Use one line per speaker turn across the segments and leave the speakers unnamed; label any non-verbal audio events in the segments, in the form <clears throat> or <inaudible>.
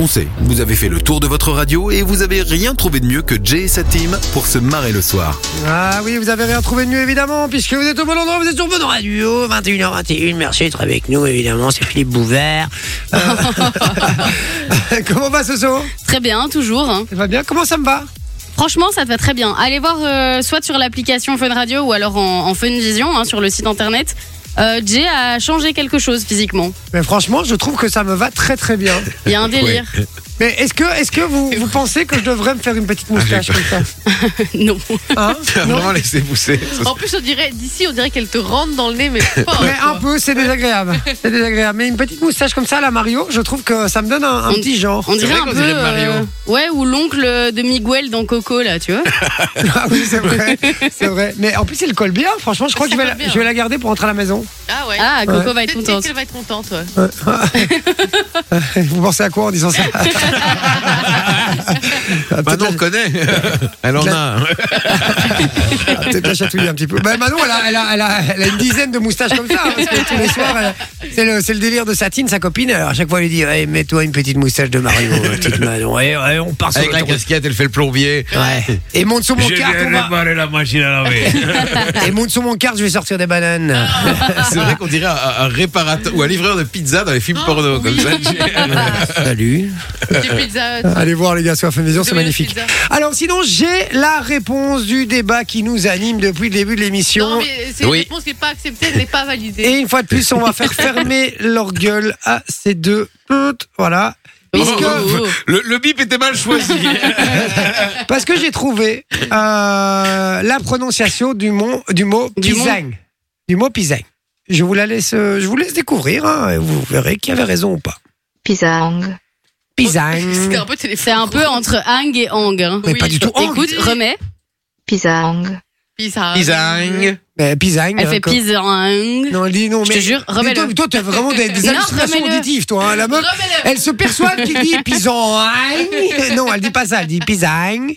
on sait, vous avez fait le tour de votre radio et vous avez rien trouvé de mieux que Jay et sa team pour se marrer le <laughs> soir.
Ah oui, vous avez rien trouvé de mieux évidemment, puisque vous êtes au bon endroit, vous êtes sur Bonne Radio, 21h21, merci d'être avec nous évidemment, c'est Philippe Bouvert. Euh, <laughs> Comment va Soso
Très bien, toujours. hein.
Ça va bien Comment ça me va
Franchement, ça te va très bien. Allez voir euh, soit sur l'application Fun Radio ou alors en, en Fun Vision hein, sur le site internet. Euh, Jay a changé quelque chose physiquement.
Mais franchement, je trouve que ça me va très très bien.
Il
<laughs>
y a un délire. <laughs>
Mais est-ce que, est que vous, vous pensez que je devrais me faire une petite moustache comme ça
non.
Hein
T'as
Non.
vraiment laissé pousser.
En plus, on dirait d'ici, on dirait qu'elle te rentre dans le nez, mais
<laughs>
fort,
Mais
quoi.
un peu, c'est désagréable. C'est désagréable. Mais une petite moustache comme ça à la Mario, je trouve que ça me donne un, un
On-
petit genre.
On dirait
vrai
un
qu'on
peu. euh,
dirait Mario.
ouais, ou l'oncle de Miguel dans Coco, là, tu vois.
<laughs> Ah oui, c'est vrai. C'est vrai. Mais en plus, elle colle bien. Franchement, je crois que je vais,
colle
la,
bien.
je vais la garder pour rentrer à la maison.
Ah ouais.
Ah, Coco va être
Peut-être
contente.
qu'elle va être contente, ouais.
Vous pensez à quoi en disant ça
Manon,
Ah, Peut-être
Bah on <laughs> connaît. Elle en <laughs> a. hein. un.
la- ah, peut-être la chatouiller un petit peu. Bah, Manon, elle a, elle, a, elle, a, elle a une dizaine de moustaches comme ça. hein, parce que tous les soirs, elle- c'est le, c'est le délire de Satine, sa copine. Alors, à chaque fois, elle lui dit Eh, Mets-toi une petite moustache
<laughs>
de Mario, petite Manon. Et, ouais, on part sur
Avec la
l'autoroute.
casquette, elle fait le plombier.
Ouais. Et monte sur mon
Je
kart,
viens
on va-
réparer la machine à laver.
Et monte sur mon kart, je vais sortir des bananes.
<laughs> Ah. C'est vrai qu'on dirait un, un réparateur ou un livreur de pizza dans les films
Oh,
porno. Comme
oui.
ça,
Salut.
Des pizzas.
Allez voir les gars sur la Maison, c'est
Domino's
magnifique.
Pizza.
Alors sinon, j'ai la réponse du débat qui nous anime depuis le début de l'émission.
Non, mais c'est une
Oui.
réponse qui n'est pas acceptée, elle n'est pas validée.
Et une fois de plus, on va faire fermer leur gueule à ces deux. putes. Voilà. Parce
<laughs> Oh,
que,
oh, oh. le, le bip était mal choisi.
parce que j'ai trouvé euh, la prononciation du, mot du mot
Du mot.
pisang. Du mot pisang. Je vous la laisse, euh, je vous laisse découvrir. hein, et vous verrez qui avait raison ou pas.
Pisang.
<laughs> C'était
Pisang.
un peu téléphone.
C'est un peu entre hang et hang. hein.
Mais
Oui,
pas du tout. Oh, Ang.
Écoute, remets.
Pisang.
Pizza.
Pisang.
Mais pisang.
Elle
hein,
fait
comme-
pisang.
Non, elle dit non,
Je
mais.
te jure,
mais
remets-le.
Toi, toi, t'as vraiment des, des
<laughs> Non,
hallucinations
remets-le.
auditives, toi. hein, la meuf,
Remets-le.
elle se persuade qu'il dit
<laughs>
pisang. Non, elle dit pas ça, elle dit pisang.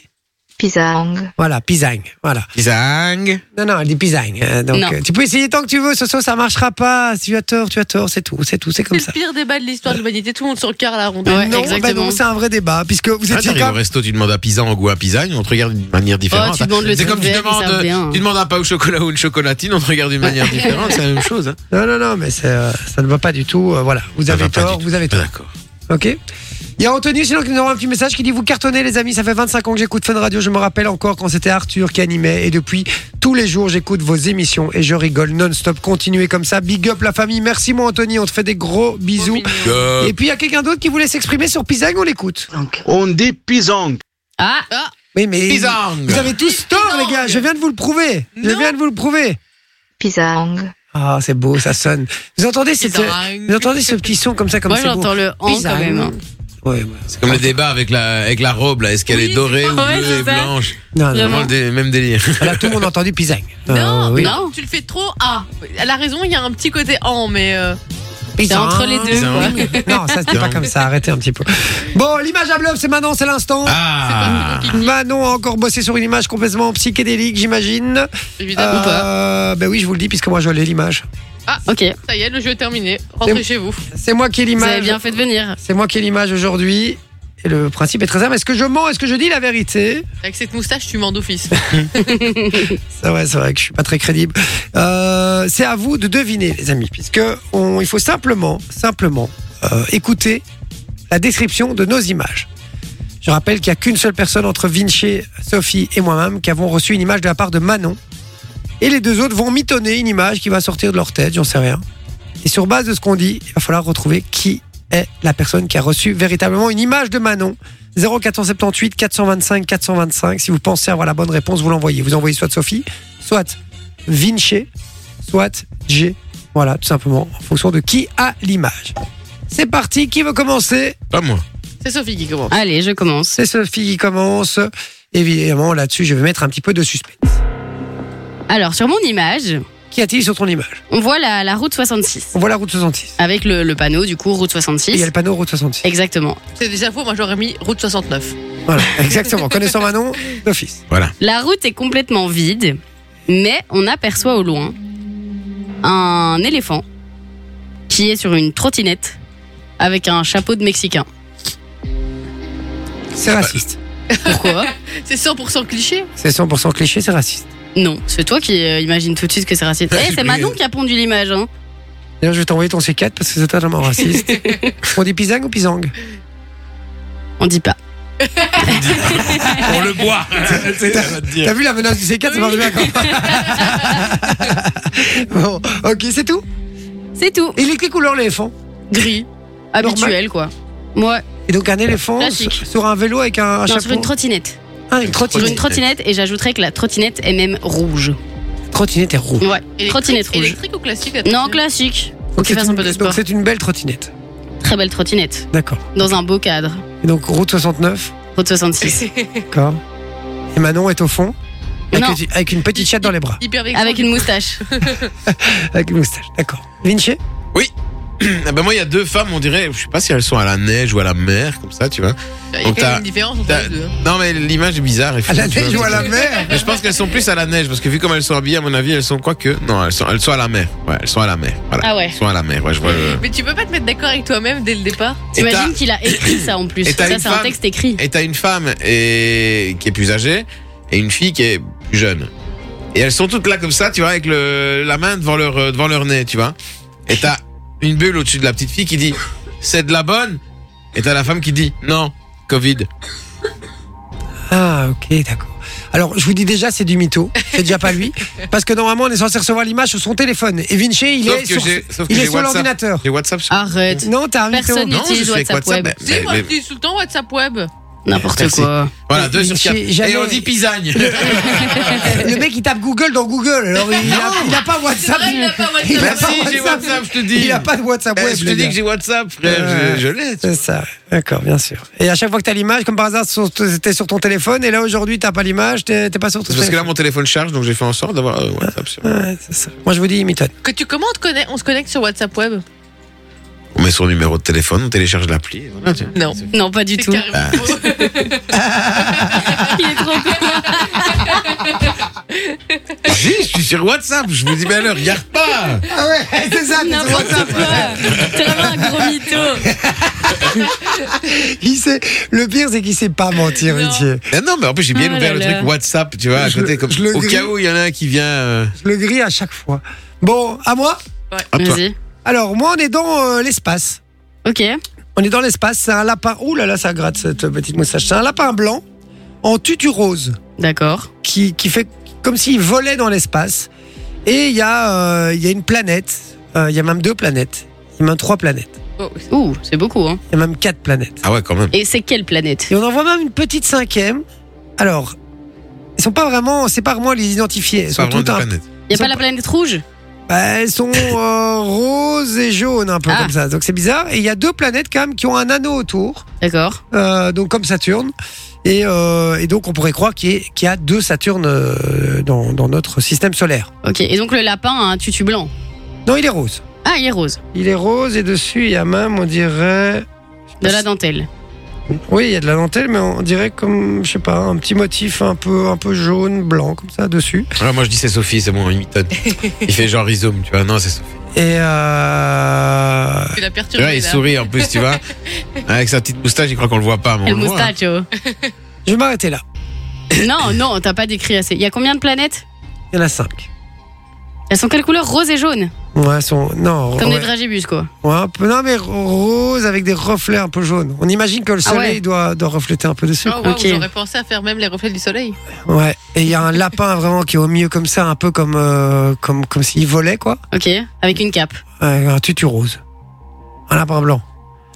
Pisang.
Voilà, pisang. Voilà.
Pisang.
Non, non, elle dit pisang. euh, donc,
Non.
euh, tu peux essayer tant que tu veux, ce soir, ça marchera pas. Si tu as tort, tu as tort, c'est tout, c'est tout, c'est comme
C'est
ça.
le pire débat de l'histoire de l'humanité. Tout le monde sur le quart à la ronde.
<laughs> Ouais.
non,
exactement.
bah non, c'est un vrai débat, puisque vous
Ah,
étiez
t'arrives au
quand même-
resto, tu demandes un pisang ou un pisang, on te regarde d'une manière différente.
Oh, tu demandes le
c'est comme tu
truc vert, ils savent bien.
demandes, tu demandes un pain au chocolat ou une chocolatine, on te regarde d'une
<laughs>
manière différente, c'est la même chose. hein.
Non, non, non, mais c'est, euh, ça ne va pas du tout. euh, voilà, vous
Ça
avez
va pas
tort,
du
vous
tout.
avez
Ah,
tort.
D'accord.
Ok. Il y a Anthony sinon qui nous envoie un petit message qui dit Vous cartonnez, les amis, ça fait 25 ans que j'écoute Fun Radio. Je me rappelle encore quand c'était Arthur qui animait. Et depuis, tous les jours, j'écoute vos émissions et je rigole non-stop. Continuez comme ça. Big up la famille. Merci, mon Anthony. On te fait des gros
Trop
bisous.
mignon.
Euh,
Et puis, il y a quelqu'un d'autre qui voulait s'exprimer sur Pisang. On l'écoute.
On dit pisang.
Ah,
Oui, mais.
Pisang.
Vous avez tous tort, les gars. Je viens de vous le prouver. Je
Non.
viens de vous le prouver.
Pisang.
Ah, c'est beau, ça sonne. Vous entendez, cette- euh,
Pisang.
vous entendez ce petit son comme ça, comme
moi
c'est beau.
j'entends le hang quand
Pisang.
même. hein.
Ouais, ouais.
C'est comme le débat avec la, avec la robe, là. Est-ce qu'elle
Oui,
est dorée ou
ouais,
bleue
c'est
et
ça.
blanche
Non, non,
Vraiment le dé- même délire.
Là, tout le monde a entendu Pisang.
Non,
Euh, oui.
non, tu le fais trop. Ah, elle a raison, il y a un petit côté en, mais. euh,
C'est entre les deux.
Pisang.
quoi.
Non, ça c'était pas comme ça, arrêtez un petit peu. Bon, l'image à bluff, c'est Manon, c'est l'instant.
Ah
Manon a encore bossé sur une image complètement psychédélique, j'imagine.
évidemment pas.
Euh, Ben oui, je vous le dis, puisque moi je l'ai l'image.
Ok,
Ça y est, le jeu est terminé. Rentrez
C'est-
chez vous.
C'est moi qui ai
vous avez
l'image.
bien fait de venir.
C'est moi qui ai l'image aujourd'hui. Et le principe est très simple. Est-ce que je mens Est-ce que je dis la vérité
Avec cette moustache, tu mens
<laughs>
d'office.
C'est vrai, c'est vrai que je suis pas très crédible. Euh, c'est à vous de deviner, les amis, puisque on- il faut simplement, simplement euh, écouter la description de nos images. Je rappelle qu'il n'y a qu'une seule personne entre Vinci, Sophie et moi-même qui avons reçu une image de la part de Manon. Et les deux autres vont mitonner une image qui va sortir de leur tête, j'en sais rien. Et sur base de ce qu'on dit, il va falloir retrouver qui est la personne qui a reçu véritablement une image de Manon. 0478 425 425. Si vous pensez avoir la bonne réponse, vous l'envoyez. Vous envoyez soit Sophie, soit Vinci, soit G. Voilà, tout simplement, en fonction de qui a l'image. C'est parti, qui veut commencer
Pas moi.
C'est Sophie qui commence.
Allez, je commence.
C'est Sophie qui commence. Évidemment, là-dessus, je vais mettre un petit peu de suspense.
Alors, sur mon image,
Qu'y a-t-il sur ton image
on voit la, la route 66.
On voit la route 66.
Avec le, le panneau, du coup, route
Et Il y a
66.
le panneau route 66.
Exactement.
Ah.
C'est déjà faux, moi j'aurais mis route 69.
Voilà, exactement. Connaissant Manon, d'office.
La route est complètement vide, mais on aperçoit au loin un éléphant qui est sur une trottinette avec un chapeau de Mexicain.
c'est raciste.
Pourquoi
<laughs> C'est 100% cliché.
C'est 100% cliché, c'est raciste.
Non, c'est toi qui euh, imagine tout de suite que c'est raciste.
Ah,
Eh,
j'ai
c'est
oublié.
Manon qui a pondu l'image. Hein.
D'ailleurs, je vais t'envoyer ton C4 parce que c'est totalement raciste. On dit pisang ou pisang
On dit pas.
On le boit. C'est- elle va te dire.
T'as vu la menace du C4, ça marche bien quand <laughs> Bon, ok, c'est tout.
C'est tout.
Il est quelle couleur l'éléphant
Gris. Habituel, quoi. Moi,
Et donc un éléphant
Classique.
sur- sur un vélo avec un, un
non,
chapeau
sur une trottinette.
Ah, une
Sur une
trottinette.
trottinette, et j'ajouterais que la trottinette est même rouge.
Trottinette est rouge.
Ouais, trottinette
Électrique-
rouge.
Électrique ou classique la
Non,
trottinette
classique. Faut
Donc
qu'il
c'est
fasse
une-
un peu de
donc
sport.
c'est une belle trottinette.
Très belle trottinette.
D'accord.
Dans un beau cadre.
Et donc route 69,
Route 66.
d'accord. Et Manon est au fond avec,
Non.
une- avec une petite chatte dans les bras,
Hyper vexant.
Avec une moustache.
avec une moustache. D'accord. Vinci
<clears throat> Ah ben moi, il y a deux femmes, on dirait, je sais pas si elles sont à la neige ou à la mer, comme ça, tu vois.
Il y a quand
t'as-
même une différence entre
t'as-
les deux. hein.
Non, mais l'image est bizarre.
à la
tu vois,
neige ou à la mer
Mais je pense qu'elles sont plus à la neige parce que vu comme elles sont habillées, à mon avis, elles sont quoi que. Non, elles sont, elles sont à la mer. Ouais, elles sont à la mer. Voilà.
Ah ouais.
Elles sont à la mer. Ouais, je vois. le-
Mais tu peux pas te mettre d'accord avec toi-même dès le départ
Et t'as-
T'imagines qu'il a écrit ça en plus.
Et t'as
Ça,
une
c'est un
femme-
texte écrit.
Et t'as une femme et qui est plus âgée et une fille qui est plus jeune. Et elles sont toutes là comme ça, tu vois, avec le, la main devant leur euh, devant leur nez, tu vois. Et t'as une bulle au-dessus de la petite fille qui dit c'est de la bonne. Et t'as la femme qui dit non Covid.
Ah, ok, d'accord. Alors, je vous dis déjà, c'est du mytho. C'est déjà pas lui. Parce que normalement, on est censé recevoir l'image sur son téléphone. Et Vinci, il
Sauf
est
que
sur,
j'ai- sauf que
il est
j'ai
sur
WhatsApp.
l'ordinateur.
J'ai WhatsApp. Sur...
Arrête.
Non, t'as un mytho.
Personne
non, je
n'utilise
suis avec
WhatsApp
WhatsApp.
Web.
mais-
Si,
mais-
moi
mais-
je dis tout le temps WhatsApp Web.
N'importe
Merci.
quoi.
Voilà, deux sur
J'ai
quatre.
jamais-
Et on
<laughs>
dit pisagne.
Le mec, il tape Google dans Google. Alors, il a, il a pas
C'est
WhatsApp.
vrai, il a pas WhatsApp.
Il a
Merci,
pas
j'ai
WhatsApp.
WhatsApp, je te dis.
Il a pas de WhatsApp
Eh,
web.
je te
le
dis
gars. Euh,
que j'ai WhatsApp, frère.
Ouais.
Je, je l'ai. tu
C'est ça, d'accord, bien sûr. Et à chaque fois que t'as l'image, comme par hasard, sur- t'es sur ton téléphone, et là aujourd'hui t'as pas l'image, t'es t'es pas sur ton
C'est parce que là,
téléphone.
mon téléphone charge, donc j'ai fait en sorte d'avoir euh, WhatsApp. sur-
Ouais, c'est ça. Moi je vous dis, Miton.
Que tu comment on, te connecte- on se connecte sur WhatsApp Web
On met son numéro de téléphone, on télécharge l'appli. et Voilà,
<laughs>
tu vois.
Non.
Non, pas du
C'est
tout.
carrément
Ah.
faux.
<laughs>
Il est trop con.
Si, je suis sur WhatsApp. Je vous dis, mais alors, regarde pas.
Ah ouais, <laughs> c'est ça, t'es sur
N'importe
WhatsApp.
<laughs> quoi. C'est vraiment un gros mytho.
Il sait, le pire, c'est qu'il sait pas mentir,
Non.
Vinci.
Mais non, mais en plus, j'ai bien
Oh
ouvert
là
le
là.
truc WhatsApp, tu vois, à
Ah Je
côté.
le-
Comme,
je le
au
grille.
cas où il y en a un qui vient. euh,
Je le grille à chaque fois. Bon, à moi
à toi.
Vas-y.
Alors, moi, on est dans euh, l'espace.
Ok.
On est dans l'espace, c'est un lapin. Ouh là là, ça gratte cette petite moustache. C'est un lapin blanc en tutu rose
D'accord.
qui, qui fait comme s'il volait dans l'espace. Et il y, a, euh, il y a une planète, Euh, il y a même deux planètes, il y a même trois planètes,
Oh, oui.
Ouh, c'est beaucoup. Hein.
il y a même quatre planètes.
Ah ouais, quand même.
Et c'est quelle planète
Et on en voit même une petite cinquième. Alors, ils sont pas vraiment, c'est pas vraiment les identifier. Elles
C'est pas
sont
vraiment
toutes
de
un
planète.
Y a
Sans
pas la planète rouge
Bah, elles sont euh, roses et jaunes, un peu
Ah.
comme ça. Donc c'est bizarre. Et il y a deux planètes quand même qui ont un anneau autour,
D'accord.
euh, donc comme Saturne. Et, euh, et donc on pourrait croire qu'il y, ait- qu'il y a deux Saturnes euh, dans, dans notre système solaire.
Ok. Et donc le lapin a un tutu blanc.
Non, il est rose.
Ah, il est rose.
Il est rose et dessus il y a même, on dirait.
De la dentelle.
Oui, il y a de la dentelle, mais on dirait comme, je sais pas, un petit motif un peu, un peu jaune, blanc, comme ça, dessus.
Ah, moi, je dis, c'est Sophie, c'est bon, il m'étonne. Il fait genre rhizome, tu vois. Non, c'est Sophie.
Et euh,
Tu l'as
Tu
perturbé.
vois, il
là.
sourit en plus, tu vois. Avec sa petite moustache, il croit qu'on le voit pas. mais on
El
le voit. hein.
moustacho.
<laughs>
je vais m'arrêter là.
oh. Non, non, t'as pas décrit assez. Y a combien de planètes
Il y en a cinq.
Elles sont quelle couleur Rose et jaune.
Ouais, elles sont... Non,
Comme
ouais.
des dragibus, quoi.
Ouais, un peu, non, mais rose avec des reflets un peu jaunes. On imagine que le
Ah ouais. Ah
soleil doit, doit refléter un peu dessus.
Oh, wow,
Ok.
J'aurais pensé à faire même les reflets du soleil.
Ouais. Et il y a un lapin <laughs> vraiment qui est au milieu comme ça, un peu comme euh, comme comme s'il volait quoi.
Ok. Avec une cape.
Ouais, un tutu rose. Un lapin blanc.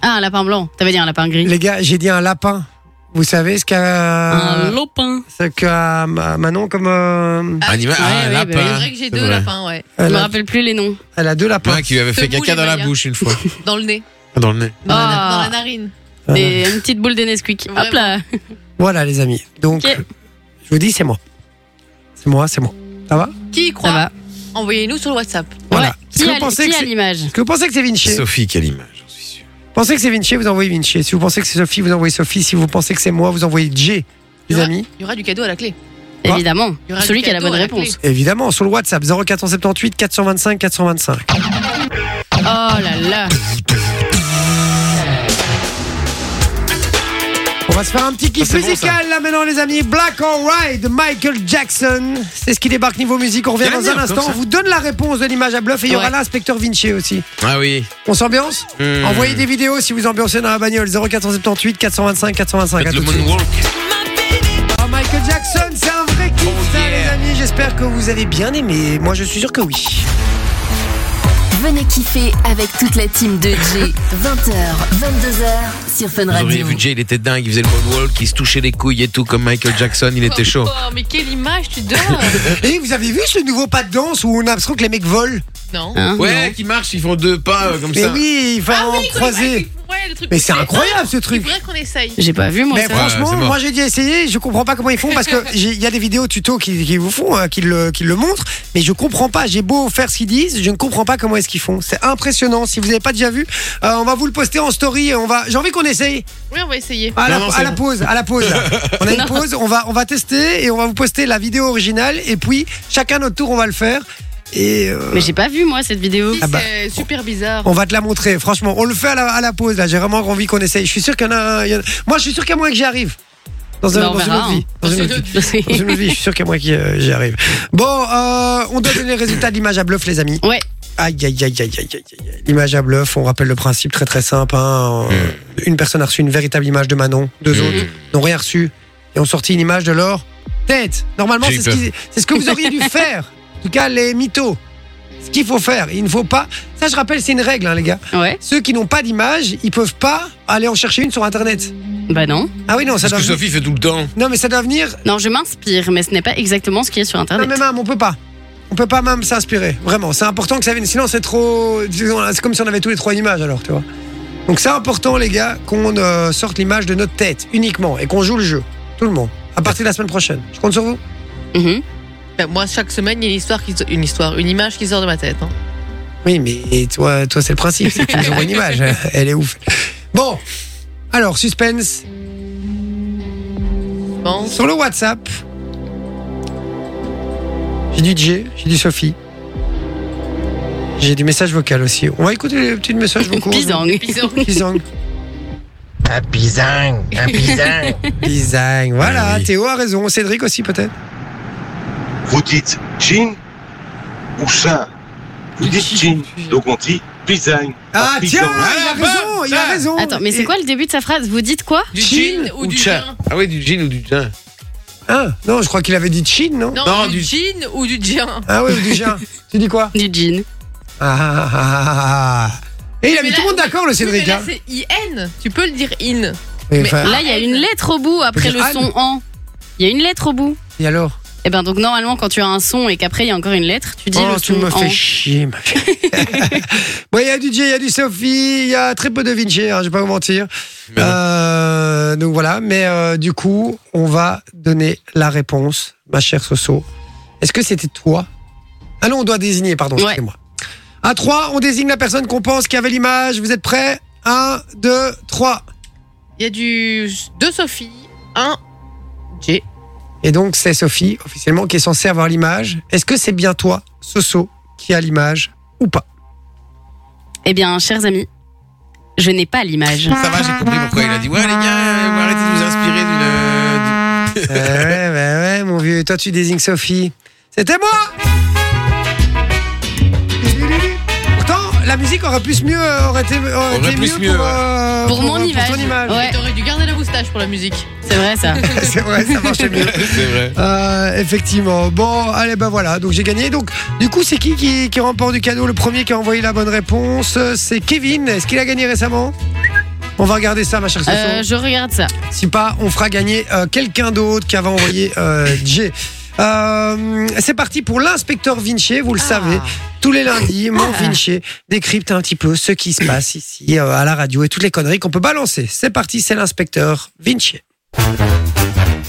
Ah, un lapin blanc. T'avais dit un lapin gris.
Les gars, j'ai dit un lapin. Vous savez ce
Euh,
qu'a
Un lopin.
ce qu'a Ma- Manon comme euh,
Un animal,
Ouais,
ah,
ouais, bah
un
oui.
C'est
lapin.
vrai que j'ai
C'est
deux
vrai.
lapins, ouais.
Je
elle,
me
a,
rappelle plus les noms.
elle a deux lapins.
Un qui lui avait fait
Debout,
caca
les
dans la
Mayas.
bouche une fois.
Dans le nez.
Dans le nez.
Dans, la,
Ah.
dans la narine.
Des- une petite boule de Nesquik. Hop là.
Voilà les amis. Donc
Ok.
je vous dis c'est moi. C'est moi, c'est moi. Ça va
Qui y
Ça
croit
va.
Envoyez-nous sur le WhatsApp.
Voilà.
Ouais.
Est-ce
Qui
que vous
a,
pensez
qui
que
a
c'est-
l'image
Est-ce que vous pensez que c'est Vinci
Sophie, quelle image, j'en suis sûr.
pensez que c'est Vinci, vous envoyez Vinci. Si vous pensez que c'est Sophie, vous envoyez Sophie. Si vous pensez que c'est moi, vous envoyez J. Les
Ouais.
amis,
Il y aura du cadeau à la clé.
Ah.
Évidemment.
Il y aura
Celui
du
qui a la
cadeau
bonne
à la clé.
réponse.
évidemment, sur le WhatsApp 0478 425 425.
Oh là là.
On va se faire un petit kiff
Ah, c'est bon,
musical là maintenant, les amis. Black or White de Michael Jackson. C'est ce qui débarque niveau musique. On revient
Dernière,
dans un instant.
comme ça.
On vous donne la réponse de l'image à bluff et il y aura
Ouais.
l'inspecteur Vinci aussi.
Ah oui.
On s'ambiance
Hmm.
Envoyez des vidéos si vous ambiancez dans la bagnole. 0478 425 425. à
Faites le
tout de suite.
moonwalk.
Ah, Michael Jackson, c'est un vrai kiff,
Oh,
ça, les amis. J'espère que vous avez bien aimé. Moi, je suis sûr que oui.
Venez kiffer avec toute la team de G. 20h, 22h sur Fun
Vous auriez
Radio.
vu Jay, il était dingue, il faisait le moonwalk, il se touchait les couilles et tout comme Michael Jackson, il était chaud.
Oh, mais quelle image tu donnes
<laughs> Et vous avez vu ce nouveau pas de danse où on a l'impression que les mecs volent
Non.
Hein,
Ouais,
non.
qui marche, ils font deux pas euh, comme
Mais
ça.
oui, il va
Ah
en
oui,
croiser.
ouais, le truc
Mais
qui
c'est
fait-
incroyable ce
Il
truc.
faudrait qu'on essaye.
J'ai pas vu, moi,
Mais
ça.
franchement,
c'est mort.
moi j'ai dû essayer, je comprends pas comment ils font parce
<laughs>
que j'ai- il y a des vidéos tuto qui, qui vous font, hein, qui, le, qui le montrent, mais je comprends pas. J'ai beau faire ce qu'ils disent, je ne comprends pas comment est-ce qu'ils font. C'est impressionnant. Si vous n'avez pas déjà vu, euh, on va vous le poster en story. et On va, j'ai envie qu'on essaye
Oui, on va essayer.
à, la,
Non, non,
à
c'est
la
bon.
pause, à la pause.
<laughs>
là. On a une pause, on va, on va tester et on va vous poster la vidéo originale et puis chacun notre tour on va le faire et euh,
Mais j'ai pas vu, moi, cette vidéo.
Si,
Ah bah.
C'est euh, super bizarre.
on va te la montrer. Franchement, on le fait à la, à la pause là. J'ai vraiment envie qu'on essaye. Je suis sûr qu'il y en a. un- il y en a- Moi, je suis sûr qu'à moins que j'y arrive dans, un-
Bah, on
dans une
verra,
autre
hein.
vie. Dans une autre vie. Dans une autre vie, je suis sûr qu'à moi qui euh, j'y arrive. Bon, euh, on doit donner les résultats de l'image à bluff, les amis.
<laughs> Ouais.
Aïe, aïe, aïe, aïe, aïe, aïe, aïe. L'image à bluff, on rappelle le principe très très simple. hein. Euh,
Hmm.
Une personne a reçu une véritable image de Manon, deux autres n'ont rien reçu et ont sorti une image de leur tête. Normalement,
J'ai
c'est
eu
ce,
peur.
qu'ils- c'est ce que vous auriez dû faire. En tout cas, les mythos. Ce qu'il faut faire, il ne faut pas. Ça, je rappelle, c'est une règle, hein, les gars.
Ouais.
Ceux qui n'ont pas d'image, ils peuvent pas aller en chercher une sur Internet.
Bah non.
Ah oui, non, ça
C'est ce
doit.
que
venir-
Sophie fait tout le temps.
Non, mais ça doit venir
Non, je m'inspire, mais ce n'est pas exactement ce qui est sur
Non,
Internet.
mais même, on peut pas. On peut pas même s'inspirer. Vraiment, c'est important que ça vienne. Sinon, c'est trop. disons, C'est comme si on avait tous les trois une image alors, tu vois. Donc, c'est important, les gars, qu'on euh, sorte l'image de notre tête uniquement et qu'on joue le jeu. Tout le monde. À partir de la semaine prochaine. Je compte sur vous.
Mhm.
Bah, moi, chaque semaine, il y a une histoire, qui... so- une histoire, une image qui sort de ma tête. hein.
Oui, mais toi, toi c'est le principe. C'est que tu nous envoies une <laughs> image. Elle est ouf. Bon. Alors, suspense.
Je
<laughs>
pense.
Sur le WhatsApp, j'ai du DJ, j'ai du Sophie. J'ai du message vocal aussi. On va écouter les petits messages vocaux.
Pisang.
Pisang.
Un pisang, un pisang.
Design. Voilà,
Ah oui.
Théo a raison. Cédric aussi, peut-être.
Vous dites jean ou chat Vous dites jean, donc on dit pisang.
Ah,
Pisang.
tiens,
Ah,
il a
bah,
raison, il a
tiens.
raison.
Attends, mais c'est quoi le début de sa phrase Vous dites quoi
Du
Jean ou du
gin
gin
Ah oui, du jean ou du gin.
Ah, non, je crois qu'il avait dit Chin, non,
Non,
Non,
du,
du-
jean ou du jean
Ah ouais, ou du gin. tu dis quoi
Du jean.
ah, ah, ah, ah, ah. Et il a
Mais
mis
là-
tout le monde d'accord, le Cédric.
Mais là,
hein.
c'est IN. Tu peux le dire IN.
Mais
mais-
enfin,
Là, il y a une lettre au bout après
Hein Peut-être
le son en. Il y a une lettre au bout.
et alors
Et ben donc normalement quand tu as un son et qu'après il y a encore une lettre, tu dis
Oh,
le
tu
son
me
en.
fais chier, ma fille.
<laughs>
bon, il y a du DJ, il y a du Sophie, il y a très peu de Vinci, hein, je vais pas vous mentir.
Mais non.
Euh, donc voilà, mais euh, du coup, on va donner la réponse, ma chère Soso. Est-ce que c'était toi Ah non, on doit désigner, pardon,
Ouais.
excusez-moi. À 3, on désigne la personne qu'on pense qui avait l'image. Vous êtes prêts 1, 2, 3.
Il y a du de Sophie, un J.
Et donc, c'est Sophie, officiellement, qui est censée avoir l'image. Est-ce que c'est bien toi, Soso, qui a l'image ou pas
Eh bien, chers amis, je n'ai pas l'image.
Ça va, j'ai compris pourquoi il a dit Ouais, les gars, euh, vous arrêtez de vous inspirer d'une. euh,
Ouais, Bah ouais, ouais, ouais, mon vieux. Toi, tu désignes Sophie. C'était moi Pourtant, la musique aurait plus mieux, euh, aurait été, aurait
Aurait
été
plus
mieux,
mieux,
pour, euh,
Pour mon
euh,
image.
ton image.
Ouais.
T'aurais dû garder la moustache pour la musique.
C'est
<laughs>
vrai ça.
C'est vrai, ça marchait
<laughs>
mieux.
de- <laughs> C'est vrai.
Euh, effectivement. Bon, allez, ben voilà. Donc j'ai gagné. Donc, du coup, c'est qui, qui qui remporte du cadeau Le premier qui a envoyé la bonne réponse, euh, c'est Kevin. Est-ce qu'il a gagné récemment On va regarder ça, ma chère Sophie.
Euh, je
<laughs>
regarde ça.
Si pas, on fera gagner euh, quelqu'un d'autre qui avait envoyé euh, Jay. Euh, c'est parti pour l'inspecteur Vinci, vous le savez.
Ah,
Tous les lundis, mon Vinci décrypte un petit peu ce qui se passe ici euh, à la radio et toutes les conneries qu'on peut balancer. C'est parti, c'est l'inspecteur Vinci.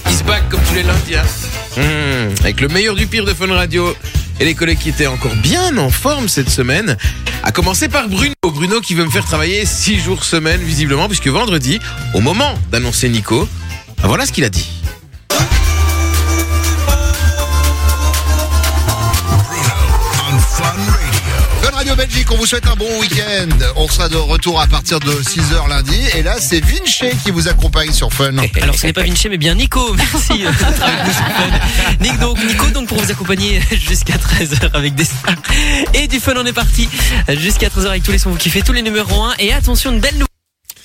Il se bat comme tous les lundis. hein. Mmh, avec le meilleur du pire de Fun Radio. Et les collègues qui étaient encore bien en forme cette semaine, à commencer par Bruno. Bruno qui veut me faire travailler 6 jours semaine, visiblement, puisque vendredi, au moment d'annoncer Nico, ben voilà ce qu'il a dit.
Fun Radio Belgique, on vous souhaite un bon week-end. On sera de retour à partir de 6h lundi. Et là, c'est Vinci qui vous accompagne sur Fun.
Eh.
Alors ce n'est pas Vinci mais bien Nico,
<laughs>
merci. euh, d'être avec nous sur Fun. Nick donc, Nico donc pour vous accompagner jusqu'à 13h avec des stars et du fun on est parti jusqu'à 13h avec tous les sons que vous kiffez, tous les numéros 1 et attention une belle nouvelle.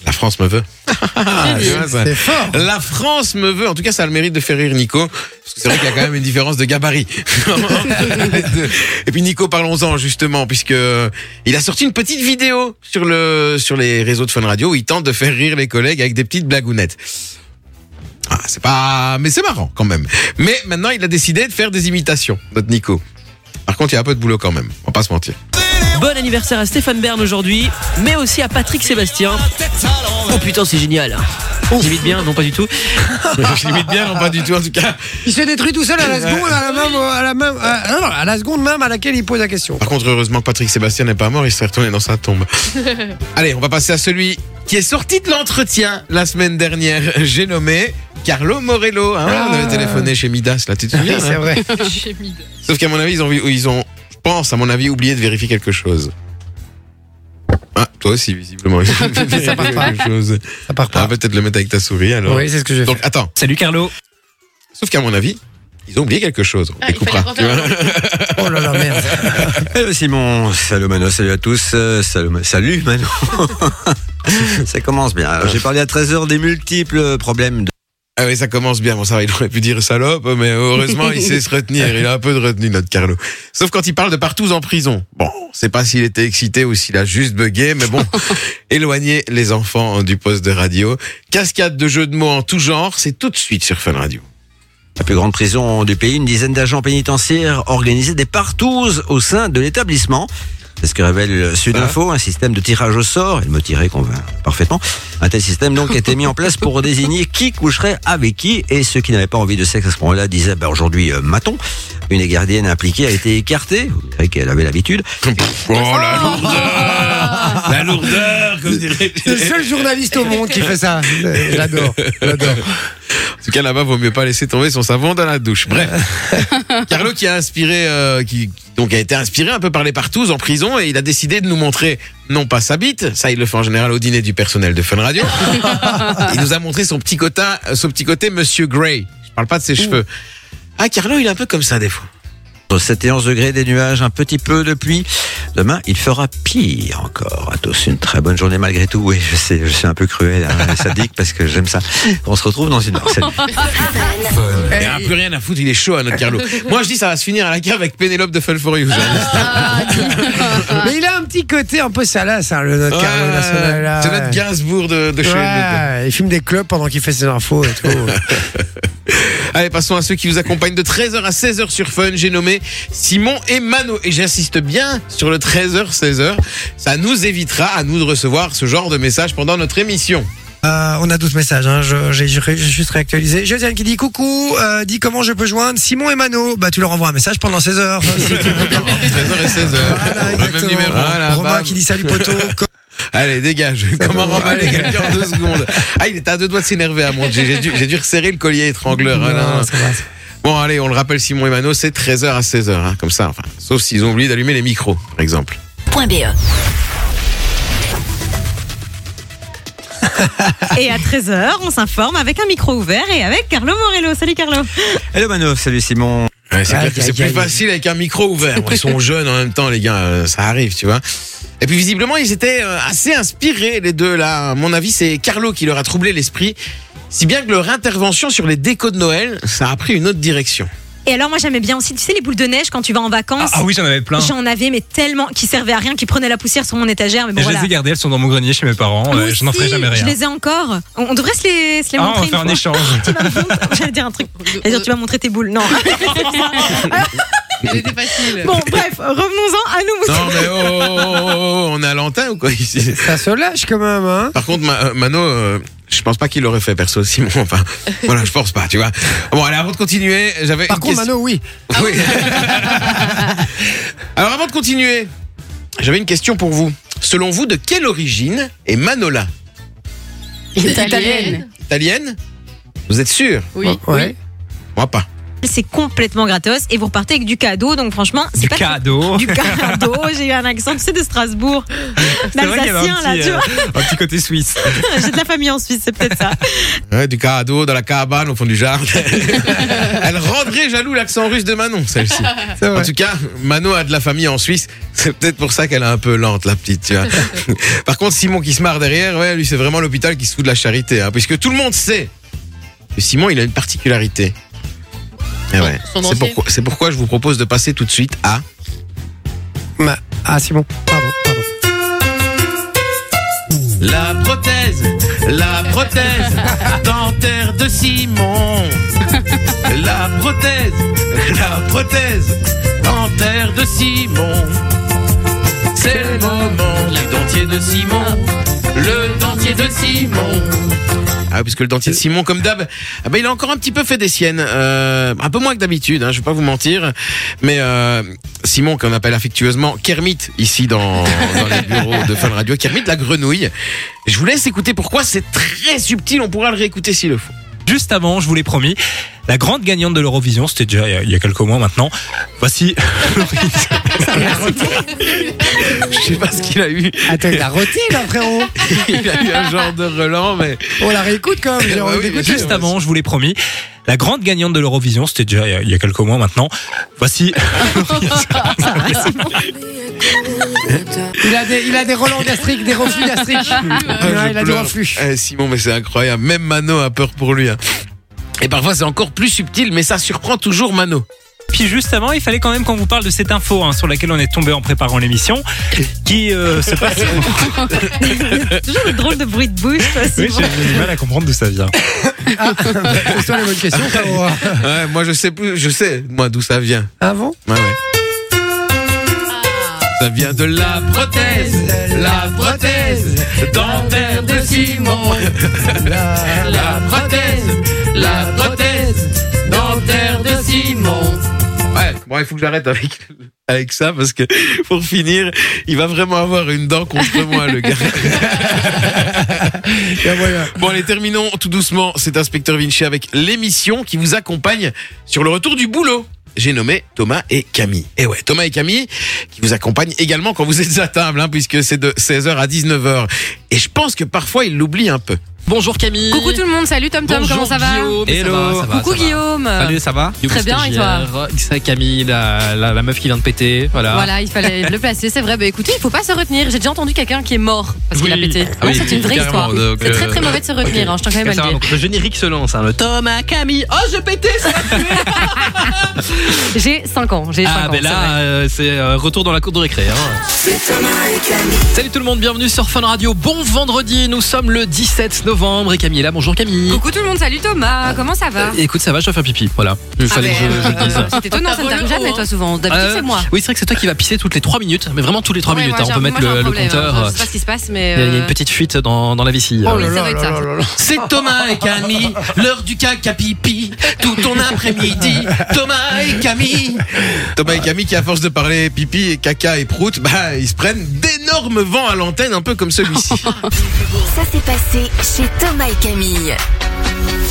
La France me
<laughs>
veut. Tu vois, ça.
Ah, C'est fort.
La France me veut. En tout cas, ça a le mérite de faire rire Nico. Parce que c'est vrai qu'il y a quand même une différence de
<laughs>
gabarit. Et puis Nico, parlons-en justement, puisque euh, il a sorti une petite vidéo sur le sur les réseaux de Fun Radio où il tente de faire rire les collègues avec des petites blagounettes. Ah, c'est pas, mais c'est marrant quand même. Mais maintenant, il a décidé de faire des imitations, notre Nico. Par contre, il y a un peu de boulot quand même. On va pas se
<laughs>
mentir.
Bon anniversaire à Stéphane Bern aujourd'hui, mais aussi à Patrick Sébastien. Oh putain c'est génial. J'imite bien, non pas du tout.
Je limite bien, non pas du tout en tout cas.
Il se détruit tout seul à la seconde, à la même, à la même, à- non, non, à la seconde même à laquelle il pose la question.
Par contre, heureusement que Patrick Sébastien n'est pas mort, il serait retourné dans
<laughs>
sa tombe. Allez, on va passer à celui qui est sorti de l'entretien la semaine dernière. J'ai nommé Carlo Morello. hein.
Ah.
on avait téléphoné chez Midas, là, tu te souviens hein
J'ai mis deux.
Sauf qu'à mon avis, ils ont, ils ont, je pense, à mon avis, oublié de vérifier quelque chose. Ah, toi aussi, visiblement. Ils ont oublié
<laughs>
de
Ça part
vérifier
pas.
quelque chose.
Ça part
pas. peut-être le mettre avec ta souris, alors.
Oui, c'est ce que j'ai
Donc, attends.
Ah, Salut, Carlo.
Sauf qu'à mon avis, ils ont oublié quelque chose. On
Ah, il
découpera.
fallait
tu vois.
Oh là là, merde.
Hello Eh ben, Simon, salut Mano, salut à tous, euh, salut, Ma- salut Mano. <laughs> ça commence bien. Alors, J'ai parlé à 13h des multiples problèmes de.
Ah oui, ça commence bien. Bon, ça va, il aurait pu dire salope, mais heureusement, il sait se retenir. Il a un peu de retenue, notre Carlo. Sauf quand il parle de partout en prison. Bon, on sait pas s'il était excité ou s'il a juste bugué, mais bon, éloignez les enfants du poste de radio. Cascade de jeux de mots en tout genre, c'est tout de suite sur Fun Radio.
La plus grande prison du pays, une dizaine d'agents pénitentiaires organisaient des partouzes au sein de l'établissement. C'est ce que révèle Sudinfo, un système de tirage au sort. Il me tirait convainc parfaitement. Un tel système donc était mis en place pour désigner qui coucherait avec qui. Et ceux qui n'avaient pas envie de sexe à ce moment-là disaient bah, aujourd'hui, euh, maton. Une des gardiennes impliquée a été écartée. Vous direz qu'elle avait l'habitude.
Oh la lourdeur La lourdeur, comme dirait.
C'est le seul journaliste au monde qui fait ça. J'adore.
En tout cas, là-bas, vaut mieux pas laisser tomber son savon dans la douche.
<laughs>
Bref. Carlo qui a inspiré, euh, qui donc a été inspiré un peu par les partous en prison et il a décidé de nous montrer non pas sa bite, ça il le fait en général au dîner du personnel de
<laughs>
Fun Radio. il nous a montré son petit côté, euh, son petit côté Monsieur Gray. Je parle pas de ses cheveux. Ah, Carlo, il est un peu comme ça des fois.
7 et 11 degrés des nuages, un petit peu de pluie. Demain, il fera pire encore. À tous, une très bonne journée malgré tout. Oui, je sais, je suis un peu cruel, hein, sadique, parce que j'aime ça. On se retrouve dans une heure. Salut.
Eh
Il n'y a plus rien à foutre, il est chaud à
<laughs>
notre Carlo. Moi je dis ça va se finir à la cave avec Pénélope de Fun for You.
Ah. Mais il a un petit côté un peu salace, hein, le notre
Ah. Ouais,
Carlo National, là,
c'est
ouais.
notre Gainsbourg de, de chez
Ouais, il fume des clubs pendant qu'il fait ses infos
<laughs>
et tout.
Allez, passons à ceux qui vous accompagnent de 13h à 16h sur Fun. J'ai nommé Simon et Mano. Et j'insiste bien sur le 13h, 16h. Ça nous évitera à nous de recevoir ce genre de messages pendant notre émission.
Euh, on a d'autres messages, hein. je- j'ai j'ai juste réactualisé. Josiane qui dit coucou, euh, dit comment je peux joindre Simon et Mano. Bah tu leur envoies un message pendant 16
<laughs>
heures.
13h et 16h. le même numéro.
Romain qui dit salut
<laughs>
poteau.
Allez, dégage. Comment remballer quelqu'un en deux secondes Ah, il était à deux doigts de s'énerver à mon Dieu. J'ai dû, j'ai dû resserrer le collier étrangleur. hein, là. Bon, allez, on le rappelle, Simon et Mano, c'est 13h à 16h. hein, comme ça, enfin. Sauf s'ils ont oublié d'allumer les micros, par exemple.
Point BE.
E.
Et à 13h, on s'informe avec un micro ouvert et avec Carlo Morello. Salut Carlo.
Hello Mano, salut Simon.
Ouais, c'est clair que c'est plus facile avec un micro ouvert. Bon,
<laughs>
Ils sont jeunes en même temps, les gars, euh, ça arrive, tu vois. Et puis visiblement, ils étaient euh, assez inspirés, les deux, là. À mon avis, c'est Carlo qui leur a troublé l'esprit. Si bien que leur intervention sur les décos de Noël, ça a pris une autre direction.
Et alors moi j'aimais bien aussi, tu sais les boules de neige quand tu vas en vacances.
Ah, ah oui, j'en avais plein.
J'en avais mais tellement qui servaient à rien, qui prenaient la poussière sur mon étagère. Mais bon
Et je
voilà. Ah,
les ai gardées, elles sont dans mon grenier chez mes parents.
Moi
euh, je n'en ferai
aussi,
jamais rien.
Je les ai encore. On, on devrait se les, se les
Ah, on
montrer.
va faire
une fois.
un <laughs> échange.
tu vas me montrer- J'allais dire un truc. J'allais dire, tu vas montrer tes boules. Non.
Elle était facile.
bon bref, revenons-en à nous.
Non, mais oh, oh, oh, oh, oh, on est à l'antin ou quoi ici
Ça se lâche quand même, hein
Par contre, Ma- euh, Mano, euh, je pense pas qu'il l'aurait fait, perso, Simon.
<laughs>
Enfin, voilà, je pense pas, tu vois. Bon, allez, avant de continuer, j'avais.
Par
une
contre,
question-
Mano, oui.
Oui. <laughs> Alors avant de continuer, j'avais une question pour vous. Selon vous, de quelle origine est Manola
Italienne. <laughs>
Italienne Vous êtes sûr
Oui.
Moi pas.
C'est complètement gratos et vous repartez avec du cadeau. Donc franchement, c'est
Du
pas
cadeau.
Du cadeau.
<laughs>
J'ai eu un accent, tu sais, de Strasbourg.
C'est vrai qu'il y avait
D'Alsacien,
un
là,
petit,
tu
euh,
vois.
un petit côté
<laughs>
suisse.
<laughs> J'ai de la famille en Suisse, c'est peut-être ça.
Ouais, du cadeau dans la cabane au fond du jardin. <laughs> Elle rendrait jaloux l'accent russe de Manon, celle-ci.
C'est vrai.
En tout cas, Manon a de la famille en Suisse. C'est peut-être pour ça qu'elle est un peu lente, la petite. Tu vois. Par contre, Simon qui se marre derrière, ouais, lui, c'est vraiment l'hôpital qui se fout de la charité. hein, puisque tout le monde sait que Simon, il a une particularité. Et ouais.
son
C'est
dentier.
pourquoi, c'est pourquoi je vous propose de passer tout de suite à.
Ma- Ah, c'est bon. Pardon, pardon.
La prothèse, la prothèse dentaire de Simon. La prothèse, la prothèse dentaire de Simon. C'est le moment du dentier de Simon. Le dentier de Simon. Ah, puisque le
Euh.
dentier de Simon, comme d'hab, ah ben, il a encore un petit peu fait des siennes. Euh, un peu moins que d'habitude, hein, je vais pas vous mentir. Mais euh, Simon, qu'on appelle affectueusement Kermit, ici dans, dans les bureaux de Fun Radio, Kermit la grenouille. Je vous laisse écouter pourquoi c'est très subtil, on pourra le réécouter s'il le faut.
Juste avant, je vous l'ai promis, la grande gagnante de l'Eurovision, c'était déjà il y a- il y a quelques mois maintenant. Voici <laughs>
Je sais pas ce qu'il a eu.
Attends, il a roté, là, frérot.
Il a eu un genre de relent, mais.
On la réécoute quand même. j'ai envie d'écouter.
Juste avant, je vous l'ai promis, la grande gagnante de l'Eurovision, c'était déjà il y a- il y a quelques mois maintenant. Voici
Il a des, il a des relents gastriques, des reflux gastriques.
Ah,
Ouais,
je
il a des
pleure.
reflux.
Eh, Simon, mais c'est incroyable. Même Mano a peur pour lui. hein. Et parfois, c'est encore plus subtil, mais ça surprend toujours Mano.
Puis juste avant, il fallait quand même qu'on vous parle de cette info hein, sur laquelle on est tombé en préparant l'émission, qui
<laughs>
euh, se passe.
Toujours le drôle de bruit de bouche, toi,
Oui,
Simon.
Oh,
j'ai du mal à comprendre d'où ça vient.
<laughs> Ah, pose-toi les bonnes questions, frérot.
<laughs> Ouais, moi, je sais plus, je sais, moi, d'où ça vient.
Ah bon
Ouais, ouais. Ça vient de la prothèse, la prothèse dentaire de Simon. La prothèse, la prothèse dentaire de Simon. Ouais, bon, il faut que j'arrête avec, avec ça parce que pour finir, il va vraiment avoir une dent contre moi, le <laughs> gars. Bon, allez, terminons tout doucement cet inspecteur Vinci avec l'émission qui vous accompagne sur le retour du boulot. J'ai nommé Thomas et Camille. Et ouais, Thomas et Camille qui vous accompagnent également quand vous êtes à table, hein, puisque c'est de 16h à 19h. Et je pense que parfois, ils l'oublient un peu.
Bonjour Camille.
Coucou tout le monde, salut Tom Tom,
Bonjour
comment ça va Oh,
Guillaume. Hello. Ça va,
Coucou
ça va.
Guillaume.
ça va
Très bien, et toi
C'est Camille, la, la- la meuf qui vient de péter. Voilà.
Voilà, il fallait le placer, c'est vrai. Bah écoutez, il faut pas se retenir. J'ai déjà entendu quelqu'un qui est mort parce qu'il a
Oui.
pété.
Ah
Donc
oui,
c'est une vraie
carrément,
histoire.
donc,
C'est très
euh,
très mauvais de se retenir, hein, je tiens quand même à
Ça va,
le dire.
donc, le générique se lance. hein, le Thomas, Camille. Oh, je pétais ça
J'ai 5 ans, j'ai 5
Ah,
ans.
ben
c'est vrai.
là, euh, c'est euh, retour dans la cour de récré. hein. Salut tout le monde, bienvenue sur Fun Radio. Bon vendredi, nous sommes le 17 novembre et Camille est là. Bonjour Camille.
Coucou tout le monde, salut Thomas, comment ça va
Euh, Écoute, ça va, je vais faire pipi. Voilà. Il
Ah
fallait que
ben,
je, je le dise.
euh, C'est étonnant, ça ne t'arrive jamais toi souvent. D'habitude
Euh,
c'est moi.
Oui, c'est vrai que c'est toi qui vas pisser toutes les 3 minutes, mais vraiment tous les 3
Ouais,
minutes.
moi,
hein, on
j'ai-
peut
moi,
metteur
j'ai un
le, le
problème,
compteur.
hein, Je sais pas ce qui se passe, mais.
Il y a- il y a une
euh,
petite fuite dans, dans la vessie.
Oh,
Oh,
oui, ça doit être ça.
C'est Thomas et Camille, l'heure du caca pipi, tout ton
<laughs>
après-midi. Thomas et Camille. Thomas et Camille qui, à force de parler pipi et caca et prout, bah, ils se prennent d'énormes vents à l'antenne, un peu comme celui-ci.
Ça s'est passé chez Thomas et Camille.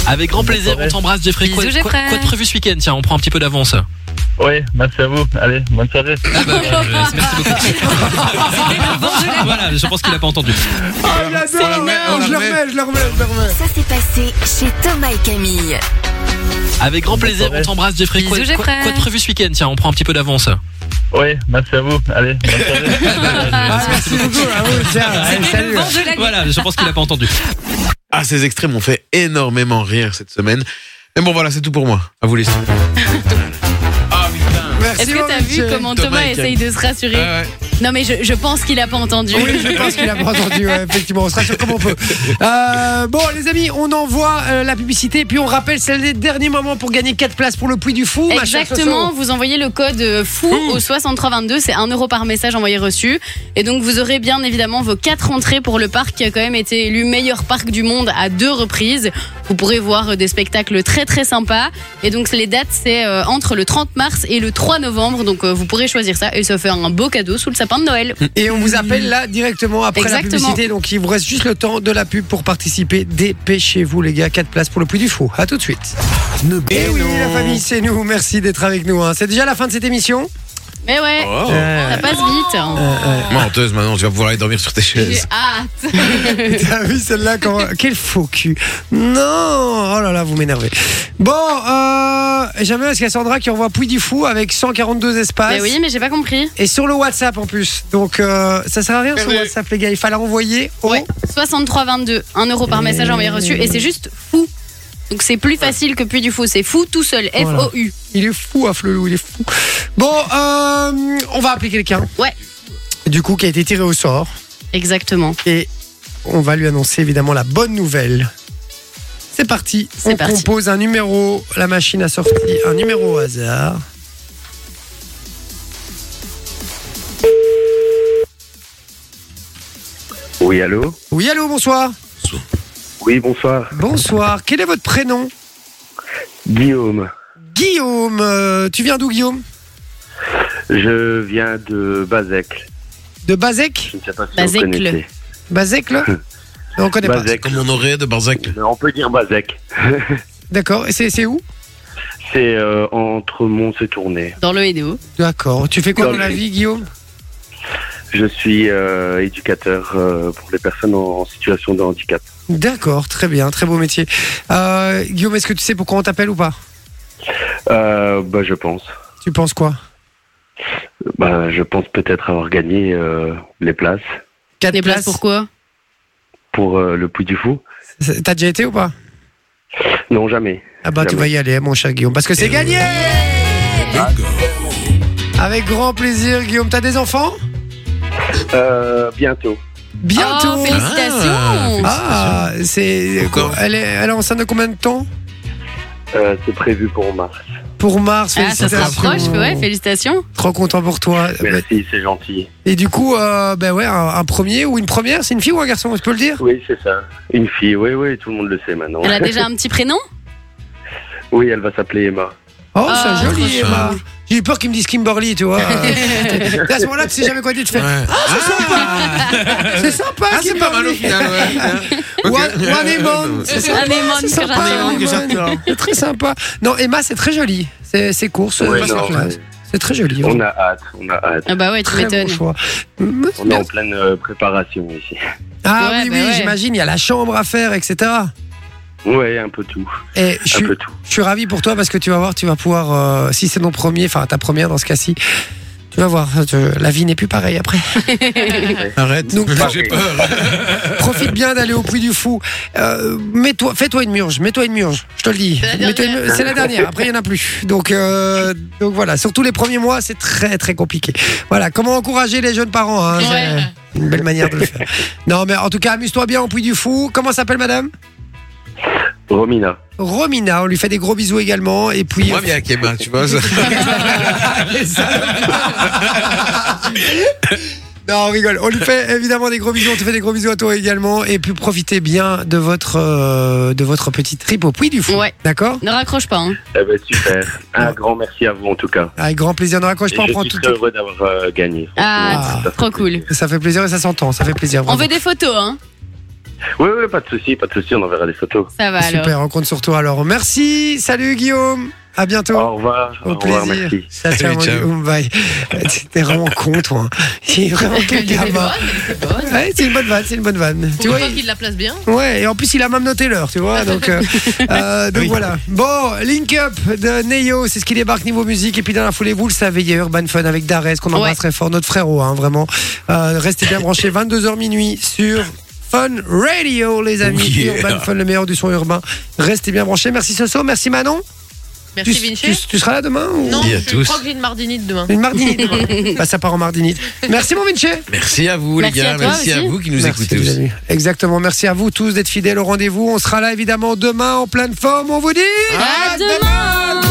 Avec grand plaisir, on t'embrasse Jeffrey. Quoi,
Bisous,
quoi,
Jeffrey.
quoi de prévu ce week-end Tiens, on prend un petit peu d'avance. Ah bah,
Oui, merci à vous. Allez, bonne soirée.
voilà, je pense qu'il a pas entendu.
Ah, je le remets, je le remets, Bah, je le remets.
Ça s'est passé chez Thomas et Camille.
Avec grand plaisir, on t'embrasse Jeffrey. Quoi,
Bisous,
quoi-
Jeffrey.
quoi de prévu ce week-end Tiens, on prend un petit peu d'avance.
Oui, merci à vous. Allez, bonne soirée.
Merci beaucoup, à vous, tiens. Allez, salut.
Voilà, je pense qu'il a pas entendu.
Ah, ces extrêmes m'ont fait énormément rire cette semaine. Mais bon, voilà, c'est tout pour moi. À vous <laughs> laisser. Ah,
Est-ce
Ah,
que t'as vu comment Thomas,
Thomas et
essaye de se rassurer Non mais je, je pense qu'il a pas entendu.
Ah Oui, je pense qu'il a pas entendu, ouais, effectivement. On se rassure comme on peut. Euh, bon, les amis, on envoie euh, la publicité, puis on rappelle, c'est le dernier moment pour gagner 4 places pour le Puy du Fou. ma chère
Exactement,
Soso.
vous envoyez le code euh, FOU au 6322, c'est 1 euro par message envoyé reçu. Et donc vous aurez bien évidemment vos quatre entrées pour le parc qui a quand même été élu meilleur parc du monde à deux reprises. vous pourrez voir euh, des spectacles très très sympas. Et donc les dates, c'est euh, entre le 30 mars et le 3 novembre. Donc euh, vous pourrez choisir ça et ça fait un beau cadeau sous le sapin de Noël.
Et on vous appelle là directement après la
Exactement.
publicité. Donc il vous reste juste le temps de la pub pour participer. Dépêchez-vous les gars, 4 places pour le plus du faux. À tout de suite. Et oui la famille, c'est nous. Merci d'être avec nous. hein. C'est déjà la fin de cette émission.
Mais ouais,
Oh.
ça passe vite.
Menteuse, maintenant, tu vas pouvoir aller dormir sur tes
J'ai
chaises.
hâte.
<laughs>
<laughs>
T'as vu celle-là quand... Quel faux cul. Non Oh là là, vous m'énervez. Bon, euh... Jamais parce qu'il y a Sandra qui envoie Pouille du Fou avec 142 espaces.
Mais oui, mais j'ai pas compris.
Et sur le WhatsApp en plus. Donc euh, ça sert à rien sur
Salut.
WhatsApp les gars. Il fallait envoyer Oh, au...
63,22, 1 euro par message envoyé reçu. Et c'est juste fou. Donc c'est plus facile que puis du fou. C'est fou tout seul.
Voilà.
F-O-U.
Il est fou à Flelou, il est fou. Bon, euh, on va appeler quelqu'un.
Ouais.
Du coup, qui a été tiré au sort.
Exactement.
Et on va lui annoncer évidemment la bonne nouvelle. C'est parti. On
parti.
compose un numéro. La machine a sorti un numéro au hasard.
Oui, allô
Oui, allô, bonsoir.
Oui, bonsoir.
Bonsoir. Quel est votre prénom
Guillaume,
Guillaume. Euh, tu viens d'où, Guillaume
je viens de Bazec.
De Bazec
Je ne sais pas si
Bazec,
vous connaissez. <laughs>
Bazec, là Non, On connaît pas.
Bazec. Comme on aurait de
Oh,
Bazec. On peut dire Bazec.
D'accord. Et c'est c'est où
C'est euh, entre Mons et Tournai.
Dans E le Hédéo.
D'accord. Tu fais quoi
Comme-
dans la vie, Guillaume
Je suis euh, éducateur euh, pour les personnes en, en situation de handicap.
D'accord, très bien, très beau métier. Euh, Guillaume, est-ce que tu sais pourquoi on t'appelle ou pas
Euh, bah, je pense.
Tu penses quoi
Bah, je pense peut-être avoir gagné euh, les places
Quatre
Des places pourquoi
pour euh, le Puy du Fou.
C'est- T'as déjà été ou pas
Non, jamais. Eh
Ah bah tu vas y aller, mon cher Guillaume, parce que c'est gagné Avec grand plaisir, Guillaume. T'as des enfants
Euh, bientôt.
Bientôt
Oh, félicitations
Ah, c'est.
Encore.
Elle est, elle est enceinte de combien de temps
Euh, C'est prévu pour mars.
Pour mars,
Ah, ça se
félicitations.
rapproche, ouais, félicitations.
Trop content pour toi.
Merci, c'est gentil.
Et du coup, euh, ben ouais, un, un premier ou une première, c'est une fille ou un garçon, je peux le dire
Oui, c'est ça. Une fille, oui, oui, tout le monde le sait maintenant.
Elle a déjà un petit
<laughs>
prénom
Oui, elle va s'appeler Emma.
Oh, c'est joli,
trop
Emma. J'ai eu peur qu'il me dise Kimberly, tu vois. Euh, à ce moment-là, tu sais jamais quoi dire, tu fais. Ah, c'est sympa C'est sympa,
Ah, c'est pas mal au
Kimberly.
final, <laughs> ouais.
One,
Ok.
one Lemon, c'est sympa,
Lemon
c'est
que
sympa,
j'adore.
Lemon.
Que
j'adore.
C'est très sympa. Non, Emma, c'est très joli. C'est c'est court, c'est
Ouais,
pas
non,
classe.
mais-
C'est très joli.
On
ouais.
a hâte, on a hâte.
Ah bah ouais, tu
Très bon
m'étonnes.
choix.
On est en pleine euh, préparation ici.
Ah
Ouais,
oui,
bah
oui,
ouais.
j'imagine, il y a la chambre à faire, etc.
Ouais, un peu tout.
Et je
Un
suis,
peu tout.
je suis ravi pour toi parce que tu vas voir, tu vas pouvoir, euh, si c'est ton premier, enfin ta première dans ce cas-ci, tu vas voir, euh, la vie n'est plus pareille après.
Arrête,
Donc,
j'ai peur.
Profite bien d'aller au Puy du Fou. Euh, mets-toi, fais-toi une murge, mets-toi une murge. Je te le dis.
C'est la
Mets-toi une
dernière.
murge. C'est la dernière. Après, il y en a plus. Donc, euh, donc voilà. Surtout les premiers mois, c'est très très compliqué. Voilà. Comment encourager les jeunes parents hein,
Ouais.
c'est Une belle manière de le faire. Non, mais en tout cas, amuse-toi bien au Puy du Fou. Comment s'appelle Madame
Romina.
Romina. On lui fait des gros bisous également. Et puis. euh,
Moi, bien avec Emma, tu vois. ça.
<laughs> Non, on rigole. On lui fait évidemment des gros bisous. On te fait des gros bisous à toi également. Et puis profitez bien de votre, euh, de votre petite trip au Puy du Fou.
Ouais.
D'accord
Ne raccroche pas. hein.
Eh ben, super. Un grand merci à vous en tout cas.
Avec grand plaisir. Ne raccroche
Et
pas, on
je
prend
suis
tout.
très heureux d'avoir euh, gagné.
Ah,
Ça fait
trop cool.
Ça fait plaisir et ça s'entend. Ça fait plaisir.
On
vraiment.
veut des photos, hein
Oui, oui, pas de souci, pas de souci, on enverra des photos.
Ça va alors.
Ah, Super, on compte sur toi alors. Merci. Salut Guillaume. À bientôt.
Au revoir,
Au
au revoir,
plaisir.
merci.
Ciao, ciao,
Salut,
mon
ciao.
Guillaume, bye. T'es vraiment con, toi. hein. C'est
<laughs>
vraiment quel gamin. Ouais, c'est une bonne vanne, c'est une bonne vanne. Tu
Pour
vois,
pas qu'il la place bien.
Ouais, et en plus il a même noté l'heure, tu vois. Donc, euh, euh, donc voilà. Bon, Link Up de Neo, c'est ce qui débarque niveau musique. Et puis dans la foulée, vous le savez, il y a Urban Fun avec Darès, qu'on embrasse
Ouais.
très fort, notre frérot, hein, vraiment. Euh, restez bien branchés, 22h minuit sur Fun Radio, les amis.
Yeah.
Urban Fun, le meilleur du son urbain. Restez bien branchés. Merci Soso, merci Manon.
Merci
tu,
Vinci.
tu, tu seras là demain ou...
Non,
Dis à
je
tous.
crois que j'ai une mardinite demain.
Une mardinite. bah, ça part en mardinite. Merci mon Vinci.
Merci à vous,
Merci
les
à
gars.
toi
Merci à
aussi.
vous qui nous
Merci,
écoutez
les
aussi.
amis. Exactement. Merci à vous tous d'être fidèles au rendez-vous. On sera là évidemment demain en pleine forme. On vous dit
À demain